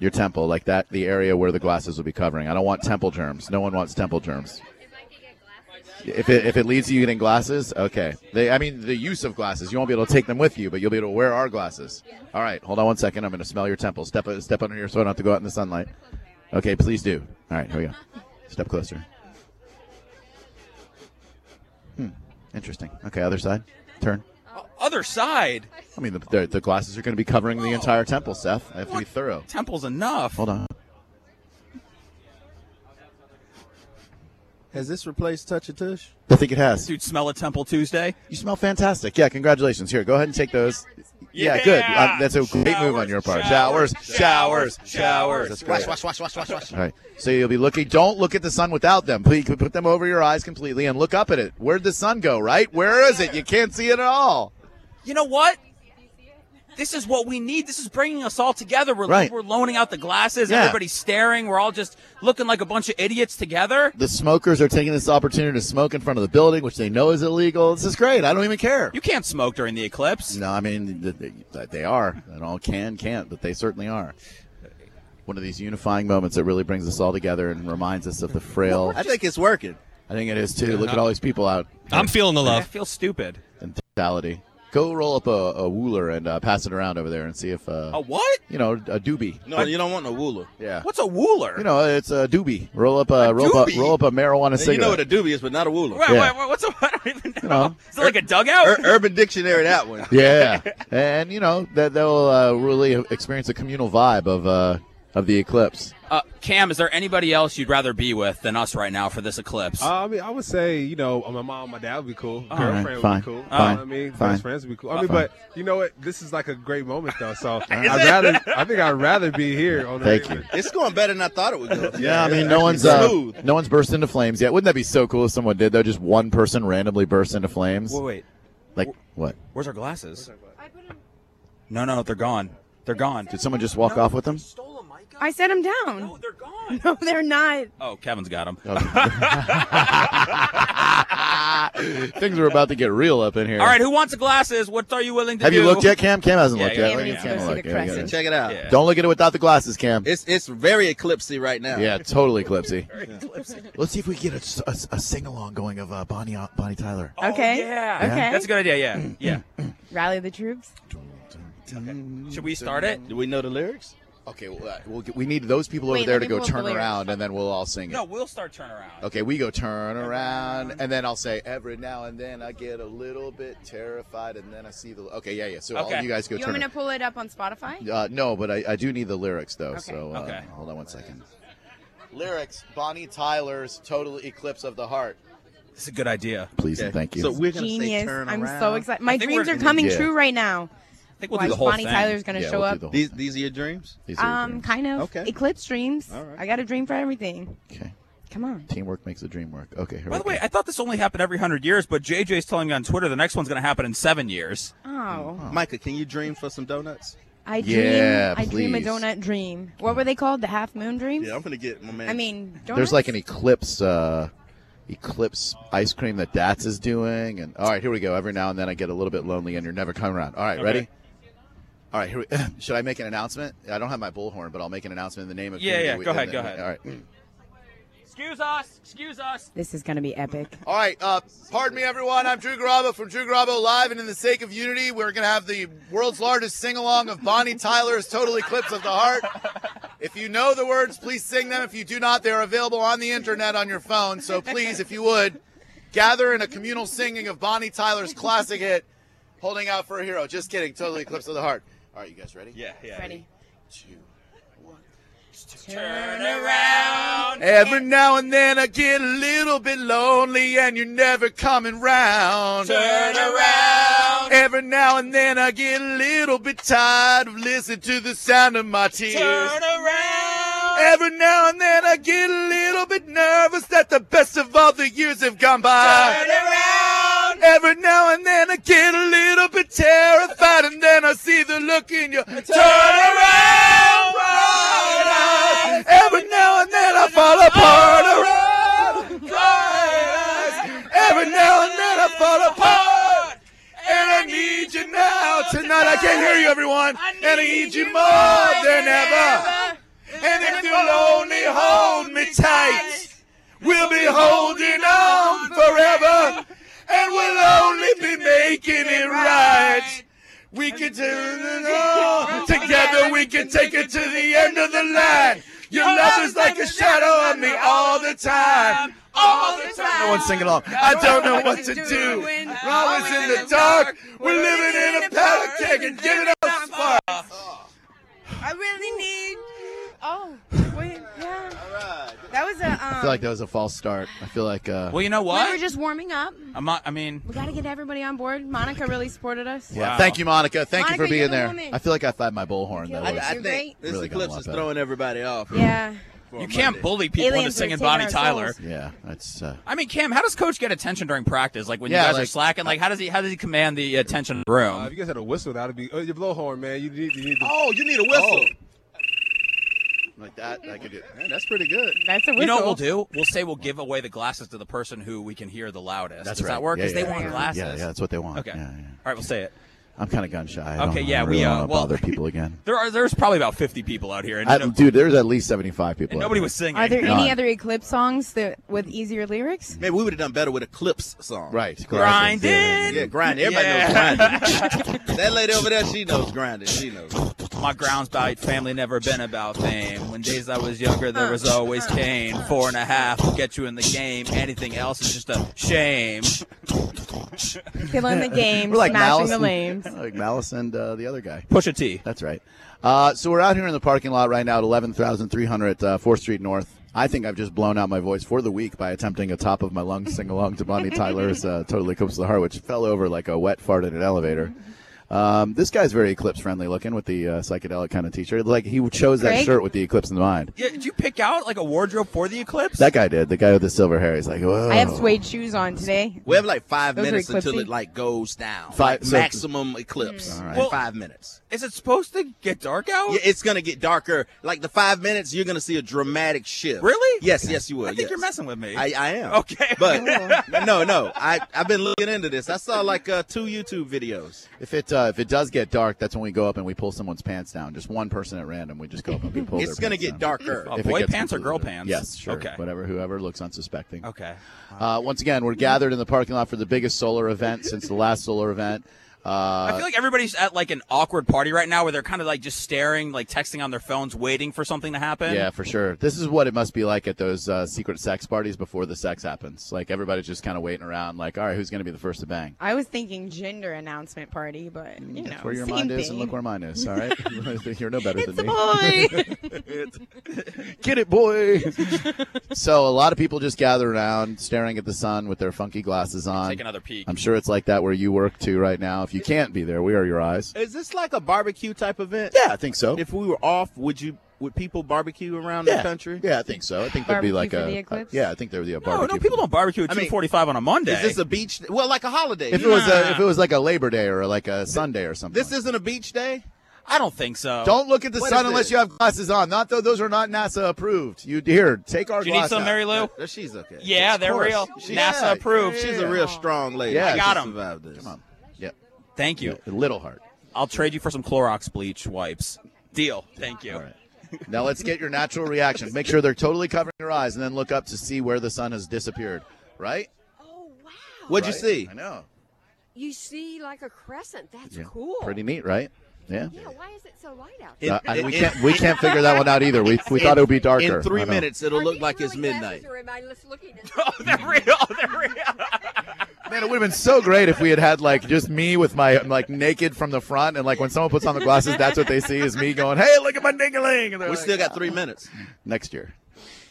[SPEAKER 1] Your temple, like that, the area where the glasses will be covering. I don't want temple germs. No one wants temple germs.
[SPEAKER 9] If I could get glasses
[SPEAKER 1] If it, if it leads to you getting glasses, okay. They, I mean, the use of glasses. You won't be able to take them with you, but you'll be able to wear our glasses. All right, hold on one second. I'm going to smell your temple. Step step under here so I don't have to go out in the sunlight. Okay, please do. All right, here we go. Step closer. Hmm, interesting. Okay, other side. Turn.
[SPEAKER 7] Other side.
[SPEAKER 1] I mean, the, the, the glasses are going to be covering the entire temple, Seth. I have to be thorough.
[SPEAKER 7] Temple's enough.
[SPEAKER 1] Hold on.
[SPEAKER 6] Has this replaced Touch a Tush?
[SPEAKER 1] I think it has.
[SPEAKER 7] Dude, smell a temple Tuesday.
[SPEAKER 1] You smell fantastic. Yeah, congratulations. Here, go ahead and take those. Yeah,
[SPEAKER 7] Yeah.
[SPEAKER 1] good. Um, that's a great move on your part. Showers, showers, showers. That's great.
[SPEAKER 2] Wash, wash, wash, wash, wash.
[SPEAKER 1] All right. So you'll be looking. Don't look at the sun without them. Please put them over your eyes completely and look up at it. Where'd the sun go? Right? Where is it? You can't see it at all.
[SPEAKER 7] You know what? This is what we need. This is bringing us all together. We're,
[SPEAKER 1] Right.
[SPEAKER 7] we're loaning out the glasses.
[SPEAKER 1] Yeah.
[SPEAKER 7] Everybody's staring. We're all just looking like a bunch of idiots together.
[SPEAKER 1] The smokers are taking this opportunity to smoke in front of the building, which they know is illegal. This is great. I don't even care.
[SPEAKER 7] You can't smoke during the eclipse.
[SPEAKER 1] No, I mean th- th- they are. And all can can't, but they certainly are. One of these unifying moments that really brings us all together and reminds us of the frail.
[SPEAKER 2] I think it's working.
[SPEAKER 1] I think it is too. Look at all these people out
[SPEAKER 10] I'm feeling the
[SPEAKER 7] I
[SPEAKER 10] love.
[SPEAKER 7] feel stupid.
[SPEAKER 1] in totality. Go roll up a, a wooler and uh, pass it around over there and see if uh,
[SPEAKER 7] A what?
[SPEAKER 1] you know a doobie.
[SPEAKER 2] Oh. No, you don't want no wooler.
[SPEAKER 1] Yeah,
[SPEAKER 7] What's a wooler?
[SPEAKER 1] you know it's a doobie. Roll up a, roll up a,
[SPEAKER 2] doobie?
[SPEAKER 1] roll up a marijuana
[SPEAKER 2] You
[SPEAKER 1] cigarette.
[SPEAKER 2] know what a doobie is, but not a wooler.
[SPEAKER 7] Wait,
[SPEAKER 1] yeah.
[SPEAKER 7] wait, wait, what's a, [laughs] I don't even know.
[SPEAKER 1] know.
[SPEAKER 7] Is it like a dugout?
[SPEAKER 2] Ur- Urban Dictionary, that one.
[SPEAKER 1] yeah, [laughs] and you know that they'll uh, really experience a communal vibe of uh, of the eclipse.
[SPEAKER 7] Uh, Cam, is there anybody else you'd rather be with than us right now for this eclipse?
[SPEAKER 6] Uh, I mean, I would say, you know, uh, my mom, my dad would be cool. Girlfriend would
[SPEAKER 1] fine,
[SPEAKER 6] be cool.
[SPEAKER 1] fine,
[SPEAKER 6] you know what I mean,
[SPEAKER 1] fine. Uh-huh.
[SPEAKER 6] best friends would be cool. I mean,
[SPEAKER 1] Fine.
[SPEAKER 6] but you know what? This is like a great moment
[SPEAKER 1] [laughs]
[SPEAKER 6] though. So I'd rather, I think I'd rather be here. On the
[SPEAKER 1] Thank
[SPEAKER 6] radio.
[SPEAKER 1] you.
[SPEAKER 2] It's going better than I thought it would go.
[SPEAKER 1] Yeah, I mean, no one's uh,
[SPEAKER 2] smooth.
[SPEAKER 1] no one's burst into flames yet. Wouldn't that be so cool if someone did though? Just one person randomly burst into flames.
[SPEAKER 7] wait, wait.
[SPEAKER 1] Like what?
[SPEAKER 7] Where's our glasses? No, no, they're gone. They're gone.
[SPEAKER 1] Did someone just walk off with them?
[SPEAKER 5] I set him down.
[SPEAKER 7] Oh, they're gone.
[SPEAKER 5] [laughs] No, they're not.
[SPEAKER 7] Oh, Kevin's got them.
[SPEAKER 1] [laughs] Things are about to get real up in here.
[SPEAKER 7] All right, who wants the glasses? What are you willing to
[SPEAKER 1] Have
[SPEAKER 7] do?
[SPEAKER 1] you looked yet, Cam? Cam hasn't
[SPEAKER 7] Yeah,
[SPEAKER 1] looked
[SPEAKER 7] yeah,
[SPEAKER 1] yet.
[SPEAKER 7] Cam
[SPEAKER 1] Look at
[SPEAKER 7] needs
[SPEAKER 5] to
[SPEAKER 1] Cam
[SPEAKER 5] go
[SPEAKER 1] look.
[SPEAKER 5] see the
[SPEAKER 1] Yeah, we got
[SPEAKER 5] crescent.
[SPEAKER 1] it.
[SPEAKER 2] Check it out.
[SPEAKER 7] Yeah.
[SPEAKER 1] Don't look at it without the glasses, Cam.
[SPEAKER 2] It's it's very eclipsy right now.
[SPEAKER 1] Yeah, totally eclipsy. [laughs] Let's see if we can get a, a, sing along going of uh, Bonnie Bonnie Tyler.
[SPEAKER 7] Oh,
[SPEAKER 5] Okay.
[SPEAKER 7] Yeah.
[SPEAKER 5] Okay.
[SPEAKER 7] That's a good idea. Yeah. Yeah.
[SPEAKER 5] Rally the troops.
[SPEAKER 7] Should we start it?
[SPEAKER 2] Do we know the lyrics?
[SPEAKER 1] Okay, well, uh, we'll get, we need those people over
[SPEAKER 5] Wait,
[SPEAKER 1] there
[SPEAKER 5] let
[SPEAKER 1] to
[SPEAKER 5] me
[SPEAKER 1] go
[SPEAKER 5] pull up the
[SPEAKER 1] turn
[SPEAKER 5] lyrics.
[SPEAKER 1] around, and then we'll all sing it.
[SPEAKER 7] No, we'll start turnaround.
[SPEAKER 1] Okay, we go turn around, and then I'll say every now and then I get a little bit terrified, and then I see the. Okay, yeah, yeah. So all
[SPEAKER 7] Okay.
[SPEAKER 1] you guys go
[SPEAKER 5] You want
[SPEAKER 1] turn.
[SPEAKER 5] me to pull it up on Spotify?
[SPEAKER 1] uh, no, but I, I do need the lyrics though. So uh,
[SPEAKER 7] Okay.
[SPEAKER 1] hold on one second. Lyrics: Bonnie Tyler's "Total Eclipse of the Heart."
[SPEAKER 7] This is a good idea.
[SPEAKER 1] Please and thank you.
[SPEAKER 2] So we're gonna say
[SPEAKER 5] Genius.
[SPEAKER 2] turn
[SPEAKER 5] I'm
[SPEAKER 2] around.
[SPEAKER 5] so excited. My
[SPEAKER 7] I think we're
[SPEAKER 5] dreams are
[SPEAKER 7] gonna-
[SPEAKER 5] coming
[SPEAKER 1] Yeah.
[SPEAKER 5] true right now.
[SPEAKER 7] I think we'll
[SPEAKER 5] Watch
[SPEAKER 7] do the whole
[SPEAKER 5] Bonnie
[SPEAKER 7] thing.
[SPEAKER 5] Tyler's going to
[SPEAKER 1] yeah,
[SPEAKER 5] show
[SPEAKER 1] we'll do
[SPEAKER 5] up.
[SPEAKER 1] the whole
[SPEAKER 2] These
[SPEAKER 1] thing.
[SPEAKER 2] these are your dreams.
[SPEAKER 1] These are your
[SPEAKER 5] Um,
[SPEAKER 1] dreams.
[SPEAKER 5] kind of.
[SPEAKER 2] Okay.
[SPEAKER 5] Eclipse dreams.
[SPEAKER 2] All right.
[SPEAKER 5] I got a dream for everything.
[SPEAKER 1] Okay.
[SPEAKER 5] Come on.
[SPEAKER 1] Teamwork makes the dream work. Okay. Here
[SPEAKER 7] By
[SPEAKER 1] we
[SPEAKER 7] the way,
[SPEAKER 1] go.
[SPEAKER 7] I thought this only happened every hundred years, but JJ's telling me on Twitter the next one's going to happen in seven years.
[SPEAKER 5] Oh,
[SPEAKER 2] Micah, can you dream for some donuts?
[SPEAKER 5] I dream.
[SPEAKER 1] Yeah,
[SPEAKER 5] I dream a
[SPEAKER 1] please.
[SPEAKER 5] donut dream. What were they called? The half moon dreams.
[SPEAKER 2] Yeah, I'm gonna get my man.
[SPEAKER 5] I mean, donuts?
[SPEAKER 1] there's like an eclipse. Uh, Eclipse ice cream that Dats is doing, and all right, here we go. Every now and then I get a little bit lonely, and you're never coming around. All right, ready? All right, here we, [coughs] should I make an announcement? I don't have my bullhorn, but I'll make an announcement in the name of
[SPEAKER 7] Yeah,
[SPEAKER 1] Community
[SPEAKER 7] yeah,
[SPEAKER 1] Week-
[SPEAKER 7] go
[SPEAKER 1] in
[SPEAKER 7] ahead,
[SPEAKER 1] the-
[SPEAKER 7] go ahead.
[SPEAKER 1] All right,
[SPEAKER 7] Excuse us. Excuse us.
[SPEAKER 5] This is gonna be epic.
[SPEAKER 1] All right, uh, pardon me, everyone. I'm Drew Garabo from Drew Garabo Live, and in the sake of unity, we're going to have the world's largest sing along of Bonnie Tyler's Total Eclipse of the Heart. If you know the words, please sing them. If you do not, they're available on the internet on your phone. So please, if you would, gather in a communal singing of Bonnie Tyler's classic hit, Holding Out for a Hero. Just kidding, Total Eclipse of the Heart. All right, you guys ready?
[SPEAKER 7] Yeah, yeah.
[SPEAKER 5] [laughs] Ready?
[SPEAKER 1] Two.
[SPEAKER 7] Turn around.
[SPEAKER 1] Every now and then I get a little bit lonely, and you're never coming round.
[SPEAKER 7] Turn around.
[SPEAKER 1] Every now and then I get a little bit tired of listening to the sound of my tears.
[SPEAKER 7] Turn around.
[SPEAKER 1] Every now and then I get a little bit nervous that the best of all the years have gone
[SPEAKER 7] Turn
[SPEAKER 1] by.
[SPEAKER 7] around.
[SPEAKER 1] Every now and then I get a little bit terrified and then I see the look in your turn
[SPEAKER 7] around.
[SPEAKER 1] eyes. Every now and then I fall apart. around eyes. Every now and then I fall apart. And I need you now tonight. I can't hear you, everyone. And I need you more than ever. And if you'll only hold me tight, we'll be holding on forever.
[SPEAKER 10] making it right. We can do it all together. We can take it to the end of the line. Your love is like a shadow on me all the time. All the time.
[SPEAKER 1] No one's singing along.
[SPEAKER 10] I don't know what to do. We're always in the dark. We're living in a powder keg and giving up spark.
[SPEAKER 11] I really need. Oh, wait, yeah.
[SPEAKER 8] right.
[SPEAKER 11] That was a. Um,
[SPEAKER 1] I feel like that was a false start. I feel like. Uh,
[SPEAKER 7] Well, you know
[SPEAKER 5] We were
[SPEAKER 7] what?
[SPEAKER 5] just warming up.
[SPEAKER 7] I'm not, I mean,
[SPEAKER 5] We got to get everybody on board. Monica really supported us.
[SPEAKER 1] yeah.
[SPEAKER 7] Wow.
[SPEAKER 1] Thank you, Monica. Thank you for
[SPEAKER 5] Monica, you're
[SPEAKER 1] being
[SPEAKER 5] the
[SPEAKER 1] there.
[SPEAKER 5] woman.
[SPEAKER 1] I feel like I fired my bullhorn though.
[SPEAKER 2] I,
[SPEAKER 5] I-
[SPEAKER 2] I think
[SPEAKER 5] You're great.
[SPEAKER 2] this
[SPEAKER 1] Really
[SPEAKER 2] eclipse
[SPEAKER 1] gonna
[SPEAKER 2] is
[SPEAKER 1] love
[SPEAKER 2] throwing everybody off.
[SPEAKER 5] Yeah.
[SPEAKER 2] for a
[SPEAKER 7] you can't
[SPEAKER 2] Monday.
[SPEAKER 7] bully people into
[SPEAKER 5] Aliens are
[SPEAKER 7] singing
[SPEAKER 5] taking
[SPEAKER 7] Bonnie
[SPEAKER 5] our
[SPEAKER 7] Tyler.
[SPEAKER 5] souls.
[SPEAKER 1] yeah, that's. Uh,
[SPEAKER 7] I mean, Cam, how does Coach get attention during practice? Like when
[SPEAKER 1] Yeah,
[SPEAKER 7] you guys are
[SPEAKER 1] like-
[SPEAKER 7] slacking, like how does he how does he command the attention of the
[SPEAKER 6] Uh, if
[SPEAKER 7] room?
[SPEAKER 6] you guys had a whistle, that'd be oh, your blowhorn, man. You need, you need. The,
[SPEAKER 2] Oh, you need a whistle.
[SPEAKER 1] like that, I could do. Man, that's pretty good.
[SPEAKER 5] That's a whistle.
[SPEAKER 7] You know what we'll do? We'll say we'll give away the glasses to the person who we can hear the loudest.
[SPEAKER 1] That's
[SPEAKER 7] Does
[SPEAKER 1] right.
[SPEAKER 7] that work?
[SPEAKER 1] Yeah,
[SPEAKER 7] Because
[SPEAKER 1] yeah,
[SPEAKER 7] they
[SPEAKER 1] yeah.
[SPEAKER 7] want glasses.
[SPEAKER 1] Yeah, yeah, that's what they want.
[SPEAKER 7] Okay.
[SPEAKER 1] Yeah, yeah.
[SPEAKER 7] All right, we'll say it.
[SPEAKER 1] I'm kind of gun shy. I
[SPEAKER 7] Okay,
[SPEAKER 1] don't,
[SPEAKER 7] yeah,
[SPEAKER 1] I
[SPEAKER 7] we,
[SPEAKER 1] really
[SPEAKER 7] uh,
[SPEAKER 1] wanna
[SPEAKER 7] well-
[SPEAKER 1] bother
[SPEAKER 7] [laughs]
[SPEAKER 1] people again.
[SPEAKER 7] There are there's probably about 50 people out here, and,
[SPEAKER 1] I,
[SPEAKER 7] no-
[SPEAKER 1] dude, there's at least 75 people.
[SPEAKER 7] and
[SPEAKER 1] out
[SPEAKER 7] nobody
[SPEAKER 1] there.
[SPEAKER 7] was singing.
[SPEAKER 5] Are there
[SPEAKER 1] None.
[SPEAKER 5] any other Eclipse songs that with easier lyrics?
[SPEAKER 1] [laughs]
[SPEAKER 2] Maybe we would have done better with a clips song.
[SPEAKER 1] Right.
[SPEAKER 7] Grinding.
[SPEAKER 2] Yeah, grinding. Everybody
[SPEAKER 7] Yeah.
[SPEAKER 2] knows grinding. that lady over there, she knows grinding. She knows.
[SPEAKER 7] My grounds by family never been about fame. When days I was younger, there was always Kane. Four and a half will get you in the game. Anything else is just a shame.
[SPEAKER 5] Killing the game,
[SPEAKER 1] We're like
[SPEAKER 5] smashing
[SPEAKER 1] Malice
[SPEAKER 5] the
[SPEAKER 1] and-
[SPEAKER 5] lames.
[SPEAKER 1] [laughs] Like Malice and uh, the other guy.
[SPEAKER 7] Push a T.
[SPEAKER 1] That's right. Uh, so we're out here in the parking lot right now at 11,300 uh, 4th Street North. I think I've just blown out my voice for the week by attempting a top of my lungs sing along to Bonnie Tyler's uh, Totally Eclipse of the Heart, which fell over like a wet fart in an elevator. Um, this guy's very eclipse friendly looking with the uh, psychedelic kind of t shirt. Like he chose that
[SPEAKER 5] Greg?
[SPEAKER 1] shirt with the eclipse in mind.
[SPEAKER 7] Yeah, did you pick out like a wardrobe for the eclipse?
[SPEAKER 1] That guy did. The guy with the silver hair. He's like, whoa.
[SPEAKER 5] I have suede shoes on today.
[SPEAKER 2] We have like five
[SPEAKER 5] Those are
[SPEAKER 2] minutes until
[SPEAKER 5] eclipsy.
[SPEAKER 2] it like goes down.
[SPEAKER 1] Five-
[SPEAKER 2] Like,
[SPEAKER 1] so- Mm.
[SPEAKER 2] maximum eclipse.
[SPEAKER 1] All right.
[SPEAKER 2] Like, five minutes.
[SPEAKER 7] Is it supposed to get dark out?
[SPEAKER 2] Yeah, it's gonna get darker. Like the five minutes, you're gonna see a dramatic shift.
[SPEAKER 7] Really?
[SPEAKER 2] Yes, yes, you will.
[SPEAKER 7] I think
[SPEAKER 2] yes.
[SPEAKER 7] you're messing with me.
[SPEAKER 2] I, I am.
[SPEAKER 7] Okay.
[SPEAKER 2] But [laughs] no, no. I I've been looking into this. I saw like uh, two YouTube videos.
[SPEAKER 1] If it uh, if it does get dark, that's when we go up and we pull someone's pants down. Just one person at random. We just go Oh, up and we pull.
[SPEAKER 2] it's
[SPEAKER 1] their
[SPEAKER 2] gonna
[SPEAKER 1] pants
[SPEAKER 2] get
[SPEAKER 1] down.
[SPEAKER 2] darker.
[SPEAKER 7] Oh,
[SPEAKER 1] If it
[SPEAKER 7] boy
[SPEAKER 1] gets
[SPEAKER 7] pants or
[SPEAKER 1] completely
[SPEAKER 7] girl
[SPEAKER 1] dark.
[SPEAKER 7] pants?
[SPEAKER 1] Yes, sure.
[SPEAKER 7] Okay.
[SPEAKER 1] Whatever, whoever looks unsuspecting.
[SPEAKER 7] Okay.
[SPEAKER 1] Uh, once again, we're gathered in the parking lot for the biggest solar event since the last solar event.
[SPEAKER 7] I
[SPEAKER 1] Uh,
[SPEAKER 7] feel like everybody's at like an awkward party right now where they're kind of like just staring, like texting on their phones, waiting for something to happen.
[SPEAKER 1] yeah, for sure. This is what it must be like at those uh, secret sex parties before the sex happens. Like everybody's just kind of waiting around. Like, all right, who's gonna be the first to bang?
[SPEAKER 5] I was thinking gender announcement party, but you know,
[SPEAKER 1] That's where your
[SPEAKER 5] same
[SPEAKER 1] mind
[SPEAKER 5] thing.
[SPEAKER 1] is, and look where mine is.
[SPEAKER 5] [laughs]
[SPEAKER 1] All right, [laughs] you're no better
[SPEAKER 5] it's a
[SPEAKER 1] than me. [laughs]
[SPEAKER 5] boy.
[SPEAKER 1] Get it,
[SPEAKER 5] [laughs]
[SPEAKER 1] boy. so a lot of people just gather around, staring at the sun with their funky glasses on.
[SPEAKER 7] Take another peek.
[SPEAKER 1] I'm sure it's like that where you work too right now. If you can't be there, we are your eyes.
[SPEAKER 2] Is this like a barbecue type event?
[SPEAKER 1] Yeah, I think so.
[SPEAKER 2] If we were off, would you would people barbecue around
[SPEAKER 1] yeah.
[SPEAKER 2] the country?
[SPEAKER 1] Yeah, I think so. I think there'd be
[SPEAKER 5] Barbecue
[SPEAKER 1] like
[SPEAKER 5] for
[SPEAKER 1] a,
[SPEAKER 5] the eclipse?
[SPEAKER 1] yeah. I think there would be a
[SPEAKER 7] No,
[SPEAKER 1] barbecue.
[SPEAKER 7] no, people don't barbecue at
[SPEAKER 2] I mean,
[SPEAKER 7] 2:45 on a Monday.
[SPEAKER 2] Is this a beach? Well, like a holiday.
[SPEAKER 1] If it was a, if it was like a Labor Day or like a Sunday or something.
[SPEAKER 2] this isn't a beach day.
[SPEAKER 7] I don't think so.
[SPEAKER 1] don't look at the
[SPEAKER 2] What
[SPEAKER 1] sun
[SPEAKER 2] is
[SPEAKER 1] unless
[SPEAKER 2] it?
[SPEAKER 1] you have glasses on. Not though; those are not NASA approved. You here? Take our
[SPEAKER 7] Do you need
[SPEAKER 1] glasses.
[SPEAKER 7] some, Mary Lou?
[SPEAKER 2] Uh, She's okay.
[SPEAKER 7] Yeah,
[SPEAKER 2] Of
[SPEAKER 7] they're
[SPEAKER 2] course.
[SPEAKER 7] real.
[SPEAKER 2] She's-
[SPEAKER 7] NASA
[SPEAKER 2] yeah,
[SPEAKER 7] approved.
[SPEAKER 2] She's a real strong lady.
[SPEAKER 1] Yeah,
[SPEAKER 2] She
[SPEAKER 7] got
[SPEAKER 2] can
[SPEAKER 7] 'em.
[SPEAKER 2] survive this.
[SPEAKER 1] Come on. Yep.
[SPEAKER 7] Thank you.
[SPEAKER 1] Yeah, little heart.
[SPEAKER 7] I'll trade you for some Clorox bleach wipes. Deal. Thank you.
[SPEAKER 1] All right. Now let's get your natural reaction. Make sure they're totally covering your eyes, and then look up to see where the sun has disappeared. Right?
[SPEAKER 2] What'd you
[SPEAKER 1] Right?
[SPEAKER 2] see?
[SPEAKER 1] I know.
[SPEAKER 12] You see like a crescent. That's
[SPEAKER 1] Yeah.
[SPEAKER 12] cool.
[SPEAKER 1] Pretty neat, right? Yeah.
[SPEAKER 12] Yeah, why is it so light out?
[SPEAKER 2] In-
[SPEAKER 1] Uh, and we
[SPEAKER 2] in-
[SPEAKER 1] can't we can't figure that one out either. We, we thought it would be darker.
[SPEAKER 2] In three
[SPEAKER 1] I know.
[SPEAKER 2] minutes, it'll
[SPEAKER 12] Are
[SPEAKER 2] look
[SPEAKER 12] these
[SPEAKER 2] like it's
[SPEAKER 12] really glasses
[SPEAKER 2] midnight.
[SPEAKER 12] or am I just looking at-
[SPEAKER 7] Oh, [laughs] they're real. They're real.
[SPEAKER 1] Man, it would have been so great if we had had like just me with my like naked from the front, and like when someone puts on the glasses, that's what they see is me going, "Hey, look at my ding-a-ling." And they're
[SPEAKER 2] We
[SPEAKER 1] like,
[SPEAKER 2] still got three minutes.
[SPEAKER 1] next year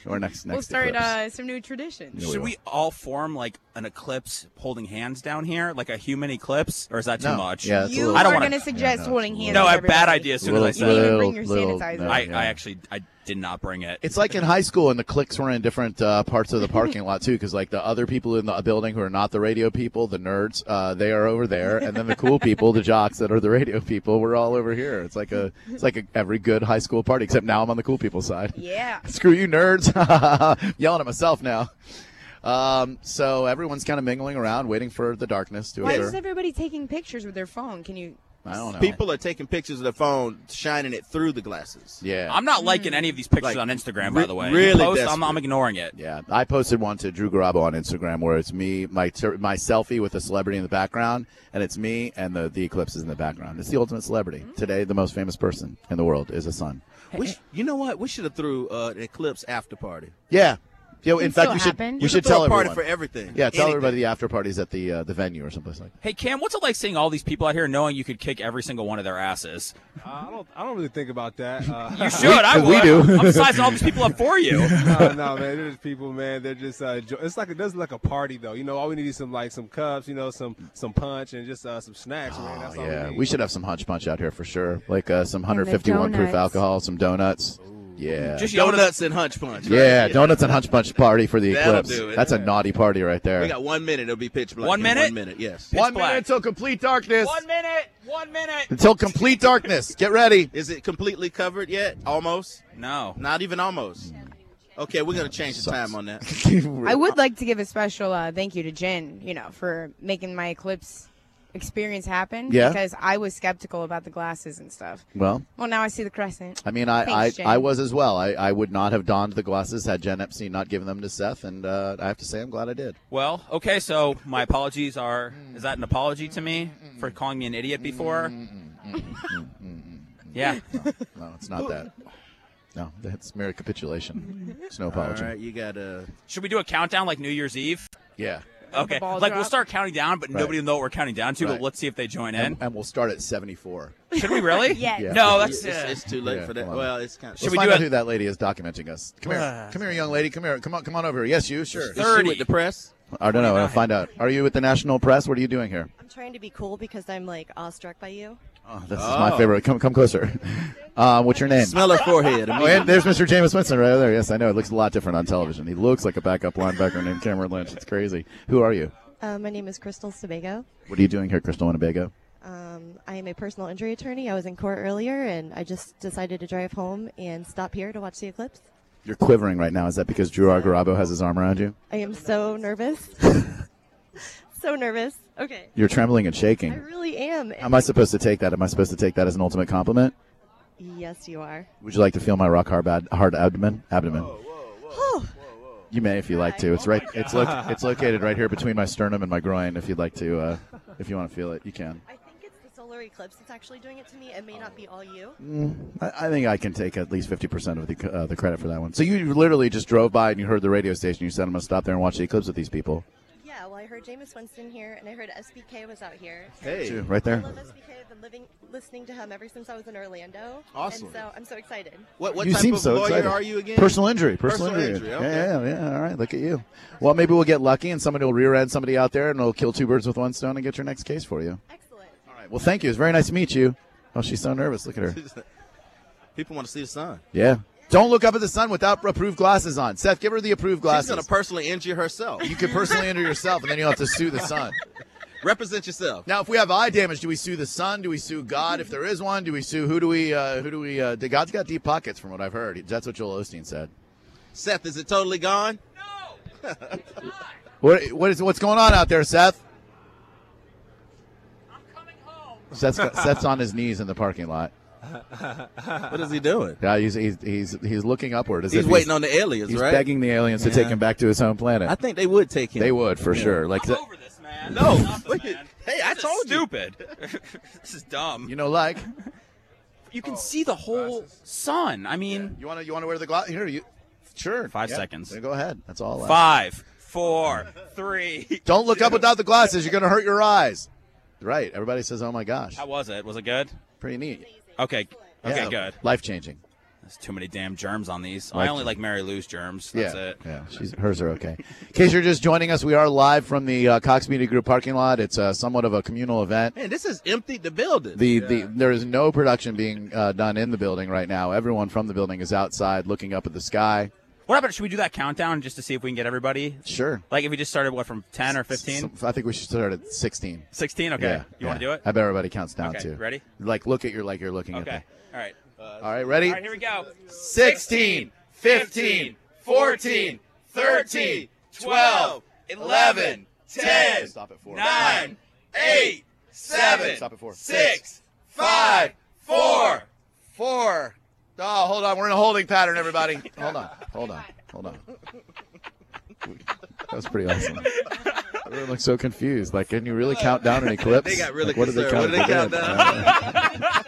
[SPEAKER 1] or next next.
[SPEAKER 5] we'll start
[SPEAKER 1] eclipse.
[SPEAKER 5] uh, some new traditions.
[SPEAKER 1] No,
[SPEAKER 7] Should we all form like an eclipse holding hands down here, like a human eclipse, or is that too
[SPEAKER 1] No.
[SPEAKER 7] much?
[SPEAKER 1] Yeah, it's a
[SPEAKER 5] You
[SPEAKER 1] little,
[SPEAKER 7] I don't
[SPEAKER 5] were
[SPEAKER 7] wanna-
[SPEAKER 5] going to suggest
[SPEAKER 1] it's a
[SPEAKER 5] holding
[SPEAKER 1] little-
[SPEAKER 5] hands.
[SPEAKER 7] No,
[SPEAKER 5] with
[SPEAKER 7] I bad
[SPEAKER 5] everybody.
[SPEAKER 7] idea as soon
[SPEAKER 1] little,
[SPEAKER 7] as I
[SPEAKER 5] You
[SPEAKER 7] said
[SPEAKER 5] didn't
[SPEAKER 7] it.
[SPEAKER 5] even bring your
[SPEAKER 1] little-
[SPEAKER 5] sanitizer.
[SPEAKER 1] no,
[SPEAKER 7] I,
[SPEAKER 1] yeah.
[SPEAKER 7] I actually I did not bring it.
[SPEAKER 1] It's like in high school, and the cliques were in different uh, parts of the parking lot too, because like the other people in the building who are not the radio people, the nerds, uh, they are over there, and then the cool people, the jocks that are the radio people, we're all over here. It's like a it's like a, every good high school party, except now I'm on the cool people side.
[SPEAKER 5] Yeah.
[SPEAKER 1] Screw you, nerds! [laughs] Yelling at myself now. Um, so everyone's kind of mingling around, waiting for the darkness to
[SPEAKER 5] Why
[SPEAKER 1] occur.
[SPEAKER 5] is everybody taking pictures with their phone? Can you?
[SPEAKER 1] I don't know.
[SPEAKER 2] People are taking pictures of their phone, shining it through the glasses.
[SPEAKER 1] Yeah.
[SPEAKER 7] I'm not liking any of these pictures on Instagram, by the way.
[SPEAKER 1] really
[SPEAKER 7] Post, I'm,
[SPEAKER 1] desperate.
[SPEAKER 7] I'm ignoring it.
[SPEAKER 1] Yeah, I posted one to Drew Garabo on Instagram where it's me, my ter- my selfie with a celebrity in the background, and it's me and the the eclipse is in the background. It's the ultimate celebrity
[SPEAKER 2] Mm-hmm.
[SPEAKER 1] today. The most famous person in the world is a sun.
[SPEAKER 2] We sh- you know what? We should have threw uh, an Eclipse after party.
[SPEAKER 1] Yeah. Yo, in
[SPEAKER 2] Can still
[SPEAKER 1] fact, we should
[SPEAKER 2] happen.
[SPEAKER 1] we
[SPEAKER 2] We
[SPEAKER 1] should
[SPEAKER 2] could throw
[SPEAKER 1] tell
[SPEAKER 2] a party
[SPEAKER 1] everyone.
[SPEAKER 2] for everything.
[SPEAKER 1] Yeah, tell
[SPEAKER 2] Anything.
[SPEAKER 1] everybody the after parties at the uh, the venue or someplace like.
[SPEAKER 7] Hey, Cam, what's it like seeing all these people out here knowing you could kick every single one of their asses?
[SPEAKER 6] Uh, I don't. I don't really think about that. Uh, [laughs]
[SPEAKER 7] You should. I would. I'm sizing all these people up for you.
[SPEAKER 6] no, no, man. They're just people, man. They're just. Uh, jo- it's like it does like a party though. You know, all we need is some like some cups. You know, some some punch and just uh, some snacks, man. That's
[SPEAKER 1] Oh,
[SPEAKER 6] all
[SPEAKER 1] yeah,
[SPEAKER 6] we need.
[SPEAKER 1] we should have some hunch punch out here for sure. Like uh, some 151 proof
[SPEAKER 6] donuts.
[SPEAKER 1] alcohol, some donuts. Yeah.
[SPEAKER 2] Just donuts and hunch punch. right?
[SPEAKER 1] yeah, donuts and hunch punch party for the
[SPEAKER 2] That'll
[SPEAKER 1] eclipse.
[SPEAKER 2] do it.
[SPEAKER 1] That's a naughty party right there.
[SPEAKER 2] We got one minute. It'll be pitch black.
[SPEAKER 7] One
[SPEAKER 2] in
[SPEAKER 7] minute?
[SPEAKER 2] One minute. Yes.
[SPEAKER 1] One minute until complete darkness.
[SPEAKER 7] One minute. One minute.
[SPEAKER 1] Until complete darkness. Get ready.
[SPEAKER 2] Is it completely covered yet? Almost.
[SPEAKER 7] No.
[SPEAKER 2] Not even almost. Okay, we're gonna change the time on that.
[SPEAKER 5] [laughs] I would like to give a special uh, thank you to Jen, you know, for making my eclipse experience happen.
[SPEAKER 1] Yeah.
[SPEAKER 5] Because I was skeptical about the glasses and stuff.
[SPEAKER 1] Well,
[SPEAKER 5] Well, now I see the crescent.
[SPEAKER 1] I mean, I
[SPEAKER 5] Thanks,
[SPEAKER 1] I,
[SPEAKER 5] Jen.
[SPEAKER 1] I was as well. I, I would not have donned the glasses had Jen Epstein not given them to Seth, and uh, I have to say I'm glad I did.
[SPEAKER 7] Well, okay, so my apologies are. Is that an apology to me for calling me an
[SPEAKER 1] [laughs]
[SPEAKER 7] idiot before? Yeah.
[SPEAKER 1] No, it's not that. No, that's mere capitulation. It's no apology.
[SPEAKER 2] All right, you got to.
[SPEAKER 7] Should we do a countdown like New Year's Eve?
[SPEAKER 1] Yeah.
[SPEAKER 7] Okay.
[SPEAKER 1] The ball
[SPEAKER 7] Like we'll
[SPEAKER 1] drop?
[SPEAKER 7] start counting down, but
[SPEAKER 1] Right.
[SPEAKER 7] nobody will know what we're counting down to.
[SPEAKER 1] Right.
[SPEAKER 7] But let's see if they join in.
[SPEAKER 1] And, and we'll start at 74. [laughs]
[SPEAKER 7] Should we really?
[SPEAKER 1] Yes. Yeah.
[SPEAKER 7] No, that's
[SPEAKER 2] It's-
[SPEAKER 7] uh,
[SPEAKER 2] it's too late for that.
[SPEAKER 1] come on.
[SPEAKER 2] Well, it's kinda-
[SPEAKER 1] Let's
[SPEAKER 2] Should we
[SPEAKER 1] find
[SPEAKER 2] do
[SPEAKER 1] out
[SPEAKER 2] it-
[SPEAKER 1] who that lady is documenting us? Come here,
[SPEAKER 2] What?
[SPEAKER 1] come here, young lady. Come here. Come on, come on over here. Yes, you. Sure.
[SPEAKER 2] Is she with oh, the press?
[SPEAKER 1] I don't know. I'll find out. Are you with the national press? What are you doing here?
[SPEAKER 13] I'm trying to be cool because I'm like awestruck by you.
[SPEAKER 1] Oh, this is my favorite. Come, come closer. [laughs] Uh, what's your name?
[SPEAKER 2] Smell her forehead.
[SPEAKER 1] Oh, and there's Mr. James Winston right over there. Yes, I know. It looks a lot different on television. He looks like a backup linebacker named Cameron Lynch. It's crazy. Who are you?
[SPEAKER 13] Uh, my name is Crystal Sebago.
[SPEAKER 1] What are you doing here, Crystal Winnebago?
[SPEAKER 13] Um, I am a personal injury attorney. I was in court earlier, and I just decided to drive home and stop here to watch the eclipse.
[SPEAKER 1] You're quivering right now. Is that because Drew Argarabo has his arm around you?
[SPEAKER 13] I am so nervous. [laughs] so nervous. Okay.
[SPEAKER 1] You're trembling and
[SPEAKER 13] I
[SPEAKER 1] shaking.
[SPEAKER 13] really am.
[SPEAKER 1] How am I supposed to take that? Am I supposed to take that as an ultimate compliment?
[SPEAKER 13] Yes, you are.
[SPEAKER 1] Would you like to feel my rock hard, bad, hard abdomen? Abdomen. You may if you like to. It's right. It's lo- it's located right here between my sternum and my groin. If you'd like to, uh, if you want to feel it, you can.
[SPEAKER 13] I think it's the solar eclipse that's actually doing it to me. It may not be all you.
[SPEAKER 1] Mm, I, I think I can take at least fifty percent of the c- uh, the credit for that one. So you literally just drove by and you heard the radio station. You said I'm gonna stop there and watch the eclipse with these people.
[SPEAKER 13] Yeah, well, I heard Jameis Winston here, and I heard SBK was out here.
[SPEAKER 1] Hey. Too, right there.
[SPEAKER 13] I love SBK. I've been living, listening to him ever since I was in Orlando.
[SPEAKER 2] Awesome.
[SPEAKER 13] And so I'm so excited.
[SPEAKER 2] What, what
[SPEAKER 1] you
[SPEAKER 2] type
[SPEAKER 1] seem
[SPEAKER 2] of
[SPEAKER 1] so
[SPEAKER 2] lawyer
[SPEAKER 1] excited.
[SPEAKER 2] are you again?
[SPEAKER 1] Personal injury. Personal,
[SPEAKER 2] Personal
[SPEAKER 1] injury.
[SPEAKER 2] injury,
[SPEAKER 1] Yeah, yeah, yeah. All right. Look at you. Well, maybe we'll get lucky and somebody will rear end somebody out there and it'll kill two birds with one stone and get your next case for you.
[SPEAKER 13] Excellent.
[SPEAKER 1] All right. Well, thank you. It's very nice to meet you. Oh, she's so nervous. Look at her.
[SPEAKER 2] [laughs] People want to see the sun.
[SPEAKER 1] Yeah. Don't look up at the sun without approved glasses on. Seth, give her the approved
[SPEAKER 2] She's gonna
[SPEAKER 1] glasses.
[SPEAKER 2] personally injure herself.
[SPEAKER 1] You can personally injure yourself, and then you'll have to sue the sun.
[SPEAKER 2] [laughs] Represent yourself.
[SPEAKER 1] Now, if we have eye damage, do we sue the sun? Do we sue God if there is one? Do we sue who do we uh, who do we? Uh, God's got deep pockets, from what I've heard. That's what Joel Osteen said.
[SPEAKER 2] Seth, is it totally gone? No.
[SPEAKER 1] What what is what's going on out there, Seth? Seth's, got- Seth's on his knees in the parking lot.
[SPEAKER 2] what is he doing?
[SPEAKER 1] Yeah, he's he's he's, [laughs] he's looking upward. As
[SPEAKER 2] He's
[SPEAKER 1] if
[SPEAKER 2] waiting on the aliens,
[SPEAKER 1] he's
[SPEAKER 2] right?
[SPEAKER 1] begging the aliens to take
[SPEAKER 2] Yeah.
[SPEAKER 1] him back to his home planet.
[SPEAKER 2] I think they would take him.
[SPEAKER 1] They would for
[SPEAKER 2] Yeah.
[SPEAKER 1] sure. Like the-
[SPEAKER 7] no.
[SPEAKER 2] Hey, I told
[SPEAKER 7] stupid. [laughs] this is
[SPEAKER 1] [laughs]
[SPEAKER 7] dumb.
[SPEAKER 1] You know, like
[SPEAKER 7] you can see the whole sun. I mean,
[SPEAKER 1] you want to you want to wear the glass here? You sure?
[SPEAKER 7] Five
[SPEAKER 1] Yeah.
[SPEAKER 7] seconds.
[SPEAKER 1] Then Go ahead. That's all. I-
[SPEAKER 7] Five, four, three.
[SPEAKER 1] Don't look up without the glasses. You're going to hurt your eyes. Right. Everybody says, "Oh my gosh."
[SPEAKER 7] How was it? Was it good?
[SPEAKER 1] Pretty neat.
[SPEAKER 7] Okay. Okay.
[SPEAKER 1] Yeah.
[SPEAKER 7] Good.
[SPEAKER 1] Life changing.
[SPEAKER 7] There's too many damn germs on these. I
[SPEAKER 1] Life
[SPEAKER 7] only
[SPEAKER 1] change.
[SPEAKER 7] like Mary Lou's germs. That's
[SPEAKER 1] yeah,
[SPEAKER 7] it.
[SPEAKER 1] yeah. She's hers are okay. In case you're just joining us, we are live from the uh, Cox Media Group parking lot. It's uh, somewhat of a communal event.
[SPEAKER 2] Man, this has emptied the building.
[SPEAKER 1] The, the there is no production being uh, done in the building right now. Everyone from the building is outside looking up at the sky.
[SPEAKER 7] What about? Should we do that countdown just to see if we can get everybody?
[SPEAKER 1] Sure.
[SPEAKER 7] Like if we just started what from ten or fifteen?
[SPEAKER 1] I think we should start at 16.
[SPEAKER 7] 16? Okay.
[SPEAKER 1] Yeah,
[SPEAKER 7] You
[SPEAKER 1] yeah.
[SPEAKER 7] wanna do it?
[SPEAKER 1] I bet everybody counts down
[SPEAKER 7] Okay,
[SPEAKER 1] too.
[SPEAKER 7] ready?
[SPEAKER 1] Like look at your like you're looking at
[SPEAKER 7] Okay.
[SPEAKER 1] them.
[SPEAKER 7] All right.
[SPEAKER 1] All right, ready?
[SPEAKER 7] All right. Here we go.
[SPEAKER 1] 16,
[SPEAKER 7] 15,
[SPEAKER 10] 14, 13, 12, 11, 10,
[SPEAKER 1] Stop at four.
[SPEAKER 10] 9, 8, 7,
[SPEAKER 1] Stop at four.
[SPEAKER 10] 6, five, four.
[SPEAKER 1] Four. Oh, hold on. We're in a holding pattern, everybody. Hold on. Hold on. Hold on. That was pretty awesome. Everyone looks so confused. Like, can you really count down any clips?
[SPEAKER 7] [laughs] They got really
[SPEAKER 1] like, what did they count? Uh,
[SPEAKER 7] concerned. What did they
[SPEAKER 1] at the end?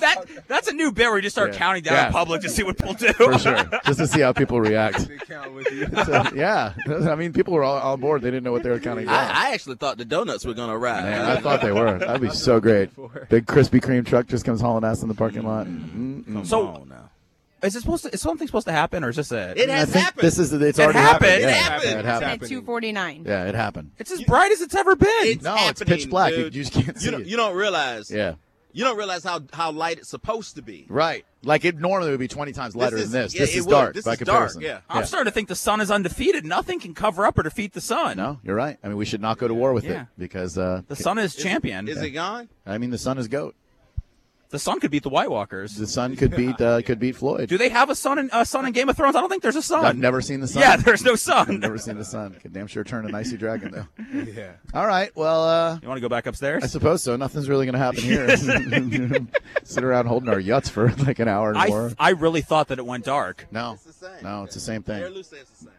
[SPEAKER 7] That that's a new bit where you just start
[SPEAKER 1] Yeah.
[SPEAKER 7] counting down
[SPEAKER 1] Yeah.
[SPEAKER 7] in public to see what people do.
[SPEAKER 1] For sure. Just to see how people react. So, yeah. I mean, people were all on board. They didn't know what they were counting down.
[SPEAKER 2] I, I actually thought the donuts were gonna arrive.
[SPEAKER 1] Man, I thought they were. That'd be so great. Big Krispy Kreme truck just comes hauling ass in the parking lot. Mm,
[SPEAKER 7] [laughs]
[SPEAKER 1] Mm-mm.
[SPEAKER 7] So is it supposed to? Is something supposed to happen, or is this a?
[SPEAKER 1] I think This is it's
[SPEAKER 7] It
[SPEAKER 1] already
[SPEAKER 7] happened.
[SPEAKER 1] Yeah,
[SPEAKER 7] It happened.
[SPEAKER 1] It
[SPEAKER 5] At
[SPEAKER 1] happened.
[SPEAKER 5] 249.
[SPEAKER 1] Yeah, it happened.
[SPEAKER 7] It's as bright as it's ever been.
[SPEAKER 1] No, it's pitch black.
[SPEAKER 2] dude.
[SPEAKER 1] You just can't see
[SPEAKER 2] You don't,
[SPEAKER 1] it.
[SPEAKER 2] you don't realize.
[SPEAKER 1] Yeah. Mm-hmm.
[SPEAKER 2] You don't realize how how light it's supposed to be.
[SPEAKER 1] Right. Like it normally would be 20 times lighter
[SPEAKER 2] is-
[SPEAKER 1] than this.
[SPEAKER 2] yeah,
[SPEAKER 1] this
[SPEAKER 2] it
[SPEAKER 1] is
[SPEAKER 2] would.
[SPEAKER 1] dark
[SPEAKER 2] This
[SPEAKER 1] by
[SPEAKER 2] is dark,
[SPEAKER 1] comparison.
[SPEAKER 2] yeah.
[SPEAKER 7] I'm starting to think the sun is undefeated. Nothing can cover up or defeat the sun.
[SPEAKER 1] No, you're right. I mean, we should not go to war with
[SPEAKER 7] Yeah.
[SPEAKER 1] it because uh,
[SPEAKER 7] The sun is champion.
[SPEAKER 1] is it
[SPEAKER 2] gone?
[SPEAKER 1] I mean, the sun is goat.
[SPEAKER 7] The sun could beat the White Walkers.
[SPEAKER 1] The sun could beat uh, could beat Floyd.
[SPEAKER 7] Do they have a sun in uh, sun in Game of Thrones? I don't think there's a sun.
[SPEAKER 1] I've never seen the sun.
[SPEAKER 7] Yeah, there's no sun.
[SPEAKER 1] [laughs] I've never seen the sun. Could damn sure turn an icy dragon though.
[SPEAKER 6] [laughs] Yeah.
[SPEAKER 1] All right. Well, uh,
[SPEAKER 7] you want to go back upstairs?
[SPEAKER 1] I suppose so. Nothing's really going to happen here. [laughs] Sit around holding our yuts for like an hour and
[SPEAKER 7] I,
[SPEAKER 1] more.
[SPEAKER 7] I really thought that it went dark.
[SPEAKER 1] No, it's the
[SPEAKER 2] same.
[SPEAKER 1] No, it's the same thing.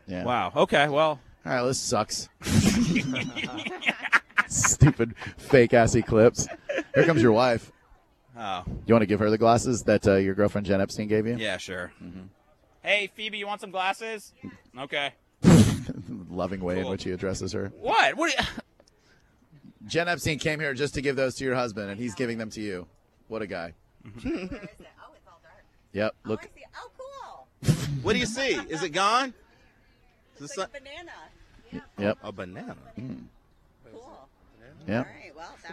[SPEAKER 1] Yeah.
[SPEAKER 7] Wow. Okay. Well.
[SPEAKER 1] All right. This sucks. [laughs] Stupid fake assy clips. Here comes your wife.
[SPEAKER 7] Oh.
[SPEAKER 1] You want to give her the glasses that uh, your girlfriend Jen Epstein gave you?
[SPEAKER 7] Yeah. Sure.
[SPEAKER 1] Mm-hmm.
[SPEAKER 7] Hey, Phoebe, you want some glasses?
[SPEAKER 1] [laughs]
[SPEAKER 7] Okay.
[SPEAKER 1] [laughs] Loving way in which he addresses her.
[SPEAKER 7] What? What? Are you...
[SPEAKER 1] Jen Epstein came here just to give those to your husband, and he's giving them to you. What a guy. Yep. Look.
[SPEAKER 2] What do you see? Is it gone? Is it sun-
[SPEAKER 1] Yep.
[SPEAKER 2] A banana.
[SPEAKER 1] Mm. Yep.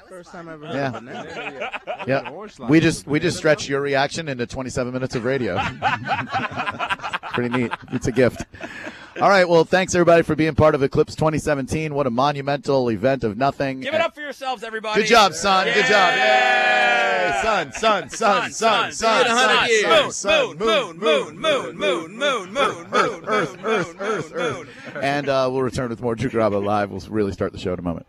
[SPEAKER 6] First time I ever heard
[SPEAKER 1] Yeah.
[SPEAKER 6] of banana.
[SPEAKER 1] Yeah.
[SPEAKER 6] Orange
[SPEAKER 1] We
[SPEAKER 6] slice
[SPEAKER 1] just
[SPEAKER 6] with
[SPEAKER 1] we just
[SPEAKER 6] banana.
[SPEAKER 1] stretched your reaction into 27 minutes of radio. Pretty neat. It's a gift. All right. Well, thanks everybody for being part of Eclipse 2017. What a monumental event of nothing.
[SPEAKER 7] Give it up for yourselves, everybody.
[SPEAKER 1] Good job, son. Good job. Yay! Son, son, son, son, son, son, son, son, son, moon, moon, moon, moon, moon, moon, moon, moon, moon, moon, moon. And uh, we'll return with more Drew Garabo live. We'll really start the show in a moment.